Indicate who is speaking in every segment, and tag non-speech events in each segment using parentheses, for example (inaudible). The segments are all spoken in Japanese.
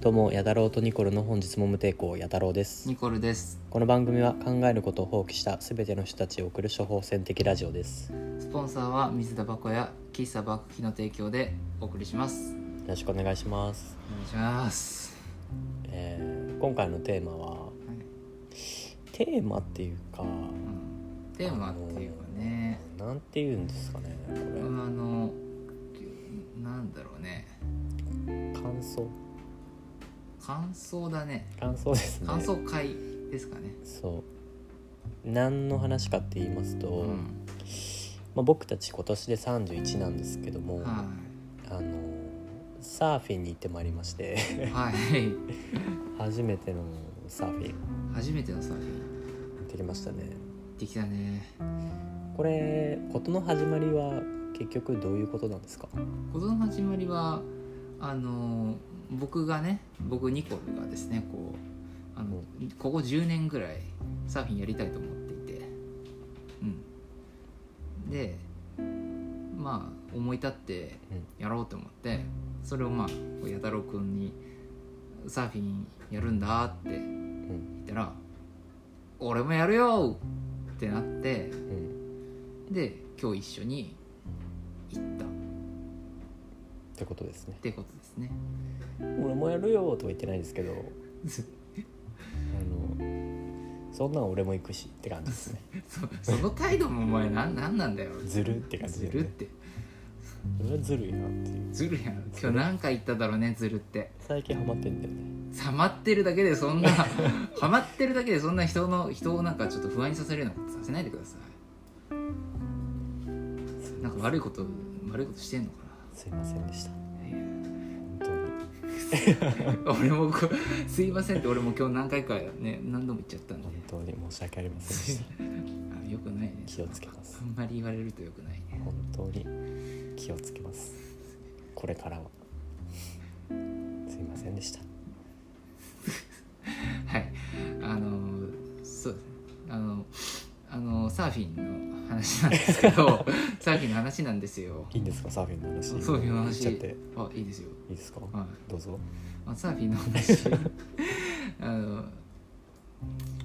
Speaker 1: どうも、やだろうとニコルの本日も無抵抗、やだろうです。
Speaker 2: ニコルです。
Speaker 1: この番組は考えることを放棄したすべての人たちを送る処方箋的ラジオです。よ
Speaker 2: スポンサーは水タバコや喫茶バクキの提供でお送りします。
Speaker 1: ろしくお願いします。
Speaker 2: お願いします。
Speaker 1: えー今回のテーマは、
Speaker 2: はい
Speaker 1: テーマっていうか、
Speaker 2: うん、テーマっていうかね、
Speaker 1: なんて言うんですかね、こ
Speaker 2: あ
Speaker 1: れ。
Speaker 2: の、なんだろうね、
Speaker 1: 感想
Speaker 2: 感想だね。
Speaker 1: 感想ですね。
Speaker 2: 感想会ですかね。
Speaker 1: そう。何の話かって言いますと、
Speaker 2: うん。
Speaker 1: まあ、僕たち今年で31なんですけども、
Speaker 2: は
Speaker 1: あのサーフィンに行ってまいりまして。 (laughs)
Speaker 2: い。はい。
Speaker 1: 初めてのサーフィン
Speaker 2: 初めてのサーフィン
Speaker 1: できましたね
Speaker 2: できたね。
Speaker 1: これ事の始まりは結局どういうことなんですか
Speaker 2: ことの始まりはあの僕がね僕ニコルがですねこうあのここ10年ぐらいサーフィンやりたいと思っていて、うん、でまあ思い立ってやろうと思って、それをまあこう弥太郎君に「サーフィンやるんだ」って言
Speaker 1: うん
Speaker 2: ったら「俺もやるよ!」ってなって
Speaker 1: うん
Speaker 2: で今日一緒に行ったっ
Speaker 1: ってことですね
Speaker 2: てことです (laughs) ね。
Speaker 1: 俺もやるよとは言ってないですけどあのそんなん俺も行くしって感じですね
Speaker 2: そそ (laughs) の態度もお前なんなんなんだよ
Speaker 1: ずるって感じ
Speaker 2: ず
Speaker 1: だよ
Speaker 2: るっ
Speaker 1: ね
Speaker 2: て
Speaker 1: それはずるいなっていう
Speaker 2: ずるやん今日何回言っただろうねずるって
Speaker 1: 最近ハマってんだよね
Speaker 2: ハマってるだけで
Speaker 1: (laughs)
Speaker 2: そんなハマってるだけでそんな人の人をなんかちょっと不安にさせるようなことさせないでくださいなんか悪いこと悪いことしてんのか
Speaker 1: すいませんでした
Speaker 2: ないや
Speaker 1: 本当に
Speaker 2: 俺もこうすいませんって俺も今日何回かね何度も言っちゃったんで
Speaker 1: 本当に申し訳ありませんでした
Speaker 2: あよくないね
Speaker 1: 気をつけます
Speaker 2: あんまり言われるとよくないね
Speaker 1: 本当に気をつけますこれからはすいませんでした
Speaker 2: はい、あのそうですねあのあのサーフィンの話なんですけどサーフィンの話なんですよ
Speaker 1: いいんですかサーフィンの話
Speaker 2: サーフィンの話
Speaker 1: 言っちゃって
Speaker 2: あいいですよ、
Speaker 1: いいですか
Speaker 2: はい
Speaker 1: どうぞ
Speaker 2: まあ、サーフィンの話あの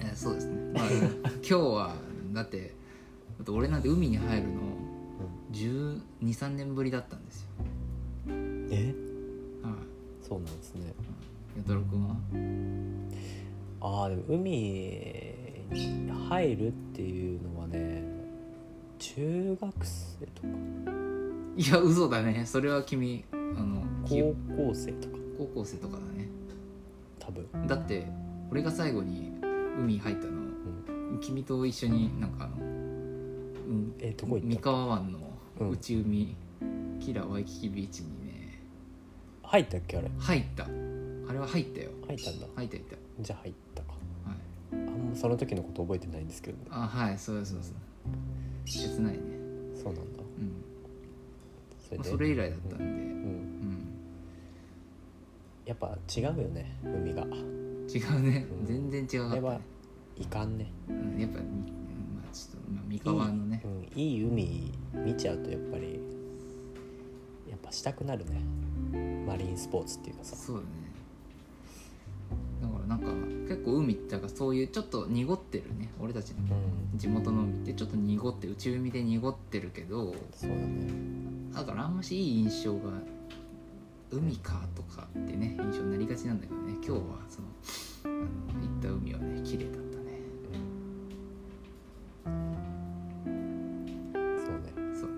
Speaker 2: えそうですね、まあ、今日はだってだって俺なんて海に入るの1 2 3年ぶりだったんですよ
Speaker 1: え
Speaker 2: はい
Speaker 1: そうなんですね
Speaker 2: 弥太郎君は
Speaker 1: ああでも海に入るっていうのはね中学生とか
Speaker 2: いや嘘だねそれは君あのき
Speaker 1: 高校生とか
Speaker 2: 高校生とかだね
Speaker 1: 多分
Speaker 2: だって俺が最後に海入ったの、君と一緒になんかあの、うん、
Speaker 1: えどこ行
Speaker 2: 三
Speaker 1: った
Speaker 2: 河湾
Speaker 1: うん
Speaker 2: の内海、キラワイキキビーチにね
Speaker 1: 入ったっけあれ
Speaker 2: 入ったあれは入ったよ
Speaker 1: 入ったんだ
Speaker 2: 入った入った
Speaker 1: じゃあ入ったか
Speaker 2: はい
Speaker 1: あんまその時のこと覚えてないんですけどね
Speaker 2: あはいそうそうそう切ないね
Speaker 1: そうなんだ
Speaker 2: うん
Speaker 1: そ
Speaker 2: まあそれ以来だったん
Speaker 1: う
Speaker 2: で
Speaker 1: ん
Speaker 2: うん
Speaker 1: やっぱ違うよね海が
Speaker 2: 違うね
Speaker 1: うん
Speaker 2: 全然違う
Speaker 1: あ
Speaker 2: か
Speaker 1: れ
Speaker 2: ったね
Speaker 1: はいかんね、
Speaker 2: うんやっぱみまあちょっと、まあ、三河のね
Speaker 1: うん、いい海見ちゃうとやっぱりやっぱしたくなるねマリンスポーツっていうかさ
Speaker 2: そうだねだからなんか結構海ってなんかそういうちょっと濁ってるね俺たち
Speaker 1: う
Speaker 2: の
Speaker 1: ん
Speaker 2: 地元の海ってちょっと濁って内海で濁ってるけど
Speaker 1: そうだね
Speaker 2: だからあんましいい印象が海かとかってね印象になりがちなんだけどね今日はそのあの行った海はね綺麗だったね
Speaker 1: そうね
Speaker 2: そうね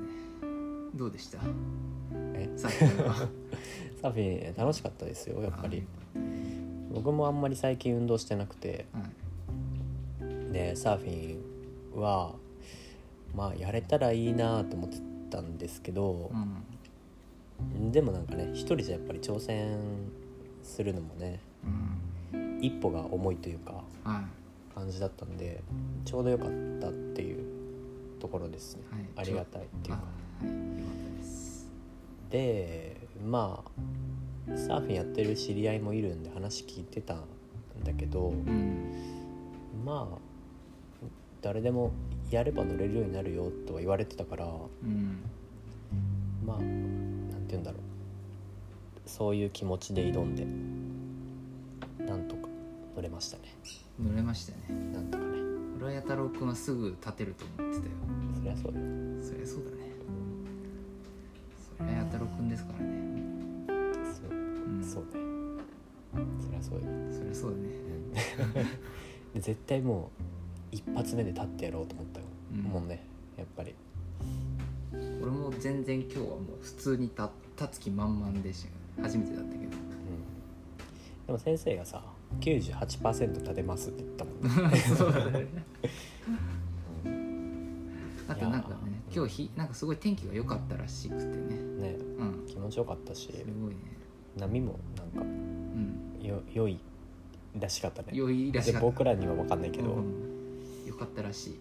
Speaker 2: どうでした
Speaker 1: え
Speaker 2: さっき
Speaker 1: (laughs)
Speaker 2: のは
Speaker 1: サーフィン楽しかったですよやっぱり
Speaker 2: あ
Speaker 1: 僕もあんまり最近運動してなくて
Speaker 2: はい
Speaker 1: でサーフィンはまあやれたらいいなと思ってたんですけど
Speaker 2: う、ん
Speaker 1: でもなんかね一人じゃやっぱり挑戦するのもね
Speaker 2: うん
Speaker 1: 一歩が重いというか
Speaker 2: はいは
Speaker 1: 感じだったんでちょうど良かったっていうところですね、
Speaker 2: はい
Speaker 1: ありがたいって
Speaker 2: い
Speaker 1: いう
Speaker 2: あ
Speaker 1: か
Speaker 2: はいよかったです
Speaker 1: でまあサーフィンやってる知り合いもいるんで話聞いてたんだけど
Speaker 2: うん
Speaker 1: まあ誰でもやれば乗れるようになるよとは言われてたから
Speaker 2: うん
Speaker 1: まあなんて言うんだろうそういう気持ちで挑んでなんとか乗れましたね
Speaker 2: 乗れましたね
Speaker 1: なんとかね
Speaker 2: 浦弥太郎君はすぐ立てると思ってたよ
Speaker 1: そりゃそうよ
Speaker 2: そりゃそうだねそりゃ弥太郎君ですからね
Speaker 1: そう
Speaker 2: うん
Speaker 1: そうねそりゃそうよ、
Speaker 2: そりゃそうだね
Speaker 1: うん、で (laughs) 絶対もう一発目で立ってやろうと思ったよ、
Speaker 2: うん
Speaker 1: もんねやっぱり
Speaker 2: 俺も全然今日はもう普通に立立つ気満々でしたけど初めてだったけど
Speaker 1: うんでも先生がさ98%立てますって言ったもんね
Speaker 2: (laughs)
Speaker 1: (laughs)
Speaker 2: そうだねあとなんかね今日日なんかすごい天気が良かったらしくてね
Speaker 1: ね
Speaker 2: うん
Speaker 1: 気持ちよかったし
Speaker 2: すごいね
Speaker 1: 波もなんか
Speaker 2: うん
Speaker 1: よ良いらしかったね
Speaker 2: 良いらしか
Speaker 1: で
Speaker 2: った
Speaker 1: 僕らには分かんないけど、
Speaker 2: う
Speaker 1: うん
Speaker 2: ん良かったらしい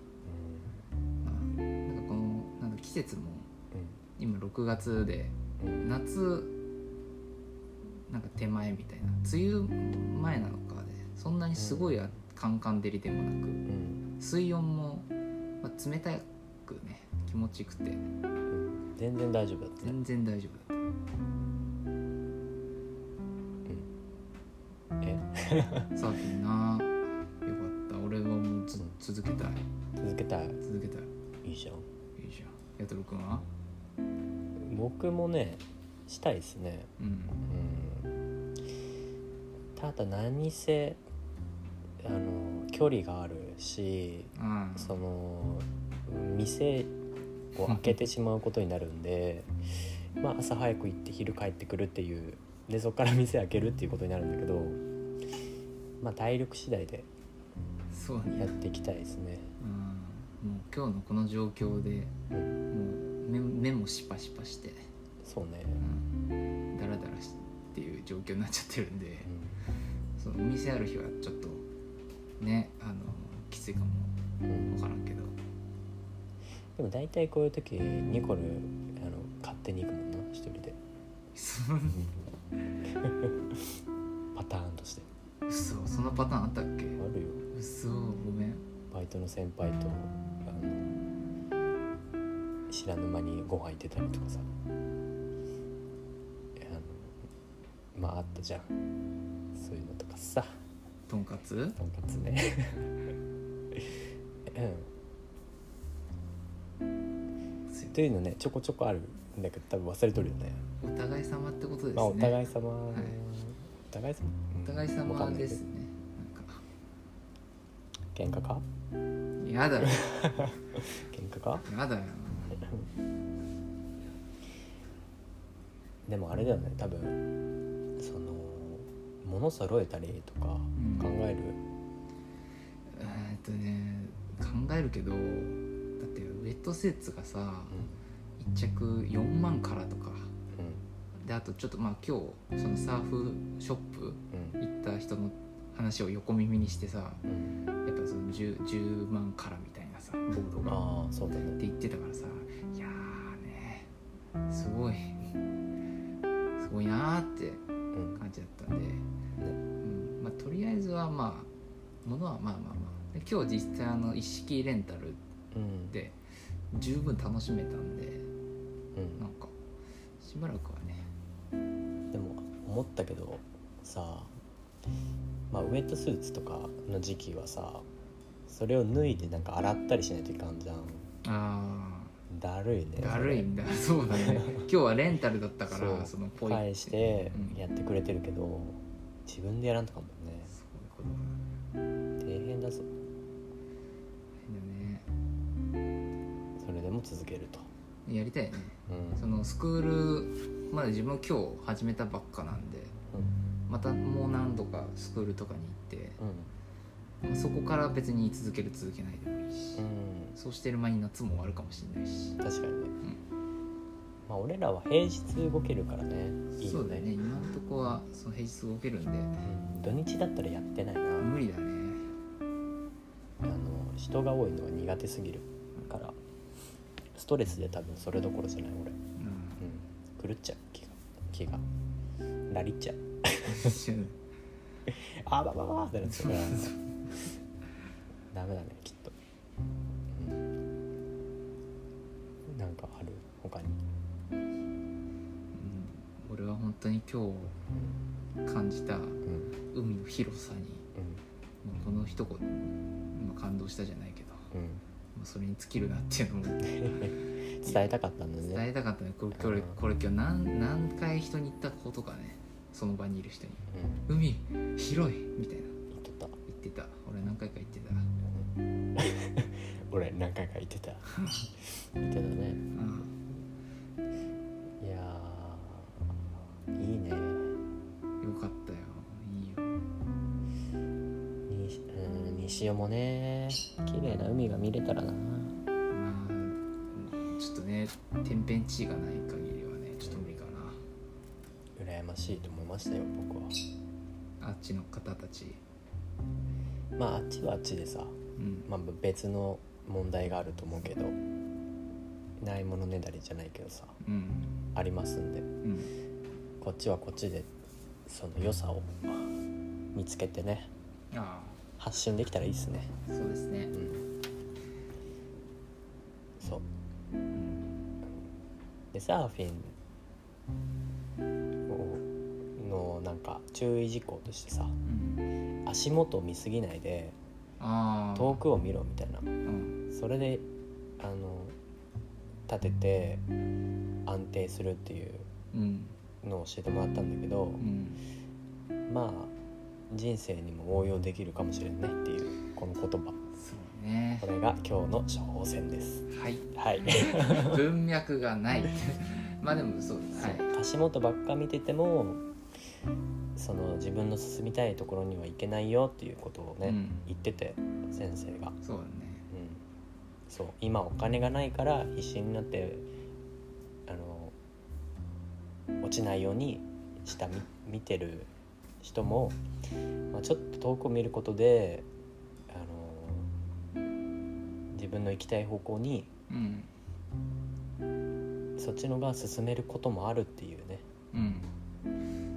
Speaker 2: うんなんかこのなんか季節も今6月で
Speaker 1: うん
Speaker 2: 夏なんか手前みたいな梅雨前なのかでそんなにすごいあカンカン照りでもなく
Speaker 1: うん
Speaker 2: 水温も、まあ、冷たくね気持ちよくて
Speaker 1: うん全然大丈夫だったね
Speaker 2: 全然大丈夫だっ
Speaker 1: え
Speaker 2: たサーフィンなよかった俺はもうず続けたい
Speaker 1: 続けたい
Speaker 2: 続けたい
Speaker 1: いいじゃん
Speaker 2: いいじゃん弥太郎君は
Speaker 1: 僕もねしたいですね
Speaker 2: うん
Speaker 1: うんただ何せあの距離があるし
Speaker 2: ああ
Speaker 1: その店を開けてしまうことになるんでまあ朝早く行って昼帰ってくるっていうでそこから店開けるっていうことになるんだけどまあ体力次第で
Speaker 2: そう
Speaker 1: や
Speaker 2: ね
Speaker 1: っていきたいですね
Speaker 2: うんもう今日のこの状況で
Speaker 1: う
Speaker 2: も
Speaker 1: ん
Speaker 2: う目目もシパシパして
Speaker 1: そうね、
Speaker 2: うんダラダラしっていう状況になっちゃってるんでそのお店ある日はちょっとねあのきついかも
Speaker 1: うんうん
Speaker 2: 分からんけど
Speaker 1: でも大体こういう時ニコルあの勝手に行くもんな一人で
Speaker 2: そ
Speaker 1: パターンとして
Speaker 2: 嘘そのパターンあったっけ
Speaker 1: あるよ
Speaker 2: 嘘ごめん
Speaker 1: バイトの先輩とあの知らぬ間にご飯行ってたりとかさあのまああったじゃんそういうのとかさ
Speaker 2: とんかつ
Speaker 1: とんかつね (laughs) うんというのねちょこちょこあるんだけど多分忘れとるよね
Speaker 2: お互い様ってことですね、
Speaker 1: まあお互い
Speaker 2: い
Speaker 1: 様、
Speaker 2: い
Speaker 1: お互い様うん
Speaker 2: お互い
Speaker 1: わか
Speaker 2: 様
Speaker 1: んない
Speaker 2: で
Speaker 1: けど
Speaker 2: すねなんか
Speaker 1: 喧嘩か
Speaker 2: や
Speaker 1: (laughs)
Speaker 2: だろ
Speaker 1: 喧嘩か
Speaker 2: やだよ
Speaker 1: でもあれだよね多分その物揃えたりとか
Speaker 2: ん
Speaker 1: 考える、
Speaker 2: えーっとね考えるけどだってウェットスーツがさ1着4万からとか
Speaker 1: う
Speaker 2: であとちょっとまあ今日そのサーフショップ
Speaker 1: んうん
Speaker 2: 行った人の話を横耳にしてさやっ
Speaker 1: うんうん
Speaker 2: ぱその 10, 10万からみたいなさボードがっ
Speaker 1: ああそうだね
Speaker 2: て言ってたからさいやーねすごいすごいなーって
Speaker 1: うん
Speaker 2: 感じだったんで、うんまあ、とりあえずはまあものはまあまあまあで今日実際あの一式レンタル
Speaker 1: うん
Speaker 2: で十分楽しめたんでなん
Speaker 1: う
Speaker 2: かしばらくはね
Speaker 1: んでも思ったけどさまあウエットスーツとかの時期はさそれを脱いでなんか洗ったりしないといかんじゃん
Speaker 2: あ
Speaker 1: だるいね
Speaker 2: あだるい
Speaker 1: (laughs)
Speaker 2: んだそうだね今日はレンタルだったか
Speaker 1: そう
Speaker 2: らそのポイって
Speaker 1: 返して
Speaker 2: うん
Speaker 1: やってくれてるけど、自分でやらんとかもね
Speaker 2: そういうことだ
Speaker 1: 大変だぞ
Speaker 2: ね
Speaker 1: それでも続けると、
Speaker 2: やりたいね
Speaker 1: うん
Speaker 2: そのスクールまだ自分は今日始めたばっかなんで
Speaker 1: うん
Speaker 2: またもう何度かスクールとかに行って
Speaker 1: うん
Speaker 2: まあそこから別に続ける続けないでもいいし
Speaker 1: う
Speaker 2: そうしてる間に夏も終わるかもしれないし
Speaker 1: ん確かにね、まあ俺らは平日動けるからねいい
Speaker 2: そ
Speaker 1: よ
Speaker 2: うだ
Speaker 1: ね
Speaker 2: ね今のとこはその平日動けるんで
Speaker 1: うん、土日だったらやってないな、
Speaker 2: 無理だね
Speaker 1: (laughs) あの人が多いのは苦手すぎるからストレスで多分それどころじゃない俺、
Speaker 2: うん
Speaker 1: うん、狂っちゃう気が気がラリっちゃうあばばばってなっちゃう
Speaker 2: (laughs)
Speaker 1: からダメだねきっと、うん、なんかある他に
Speaker 2: 俺は本当に今日感じた
Speaker 1: うんうん
Speaker 2: 海の広さにもうこの一言まあ感動したじゃないけど、
Speaker 1: うん
Speaker 2: まあ、それに尽きるなっていうのも
Speaker 1: 伝えたかったんだ
Speaker 2: 伝
Speaker 1: ね、
Speaker 2: えたかったねこれこれこれ今日何何回人に言ったことかねその場にいる人に
Speaker 1: うん、
Speaker 2: 「海広い!」みたいな
Speaker 1: 言ってた
Speaker 2: 言ってた俺何回か言ってた
Speaker 1: 俺何回か言って
Speaker 2: (laughs)
Speaker 1: た言ってたね
Speaker 2: うん
Speaker 1: いやーいいね
Speaker 2: よかったよいいよ
Speaker 1: にうん西尾もね綺麗な海が見れたらな
Speaker 2: まあちょっとね天変地異がない限りはねちょっと無理か
Speaker 1: 羨ましいと思いましたよ僕は
Speaker 2: なあっちの方たち
Speaker 1: まああっちはあっちでさ、
Speaker 2: うん
Speaker 1: まあ、別の問題があると思うけどないものねだりじゃないけどさ
Speaker 2: うん
Speaker 1: ありますんで
Speaker 2: うん
Speaker 1: こっちはこっちでその良さを見つけてね
Speaker 2: あ
Speaker 1: 発信できたらいいっすね
Speaker 2: あそうですね
Speaker 1: うんそう
Speaker 2: うん
Speaker 1: でサーフィンをのなんか注意事項としてさ
Speaker 2: うん
Speaker 1: 足元を見すぎないで
Speaker 2: ああ
Speaker 1: 遠くを見ろみたいな
Speaker 2: うん
Speaker 1: それであの立てて安定するっていう
Speaker 2: うん
Speaker 1: のを教えてもらったんだけど
Speaker 2: う、ん
Speaker 1: まあ人生にも応用できるかもしれないっていうこの言葉
Speaker 2: そうね
Speaker 1: これが今日の処方箋です
Speaker 2: はい
Speaker 1: はい、
Speaker 2: (laughs) 文脈がないまあでもそうですはい
Speaker 1: 足元ばっか見ててもその自分の進みたいところには行けないよっていうことをね、
Speaker 2: うん
Speaker 1: 言ってて先生が、うん、
Speaker 2: そうだね
Speaker 1: そう今お金がないから必死になってあの落ちないように下見見てる人も、まあ、ちょっと遠くを見ることであの自分の行きたい方向に
Speaker 2: うん
Speaker 1: そっちのが進めることもあるっていうね
Speaker 2: うん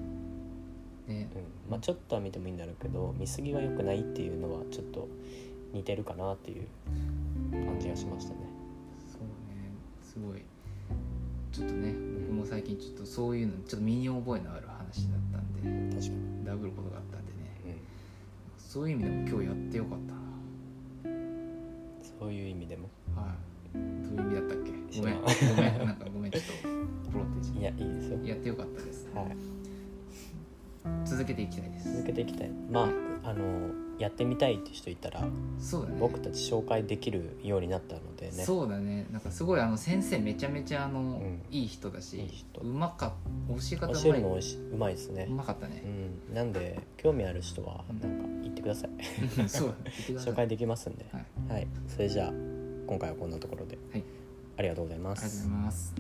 Speaker 2: ね
Speaker 1: うんまあ、ちょっとは見てもいいんだろうけど見過ぎは良くないっていうのはちょっと似てるかなっていう感じがしましたね。
Speaker 2: そうねすごいちょっとね僕も最近ちょっとそういうのちょっと身に覚えのある話だったんで
Speaker 1: 確かに、
Speaker 2: ダブることがあったんでね
Speaker 1: うん、
Speaker 2: そういう意味でも今日やってよかった
Speaker 1: そういう意味でも
Speaker 2: なはいどういう意味だったっけごめん
Speaker 1: 知らん
Speaker 2: ごめんなんかごめんちょっとプロテー
Speaker 1: い
Speaker 2: ジ
Speaker 1: やいいですよ、
Speaker 2: やってよかったです
Speaker 1: はい、
Speaker 2: 続けていきたいです
Speaker 1: 続けていきたいまああのやってみたいって人いたら
Speaker 2: そうだね
Speaker 1: 僕たち紹介できるようになったのでね
Speaker 2: そうだねなんかすごいあの先生めちゃめちゃあの、
Speaker 1: ん
Speaker 2: いい人だし
Speaker 1: いい人
Speaker 2: うまかっ教え方う
Speaker 1: 教え
Speaker 2: ま
Speaker 1: る
Speaker 2: い
Speaker 1: のおいしうまいですね
Speaker 2: う、まかったね
Speaker 1: (laughs) う、ん、なんで興味ある人は
Speaker 2: うん
Speaker 1: なんか言ってください
Speaker 2: そうだね言ってください
Speaker 1: 紹介できますんで
Speaker 2: はい、
Speaker 1: はい、それじゃあ今回はこんなところで、
Speaker 2: はい
Speaker 1: ありがとうござい
Speaker 2: ありがとうございます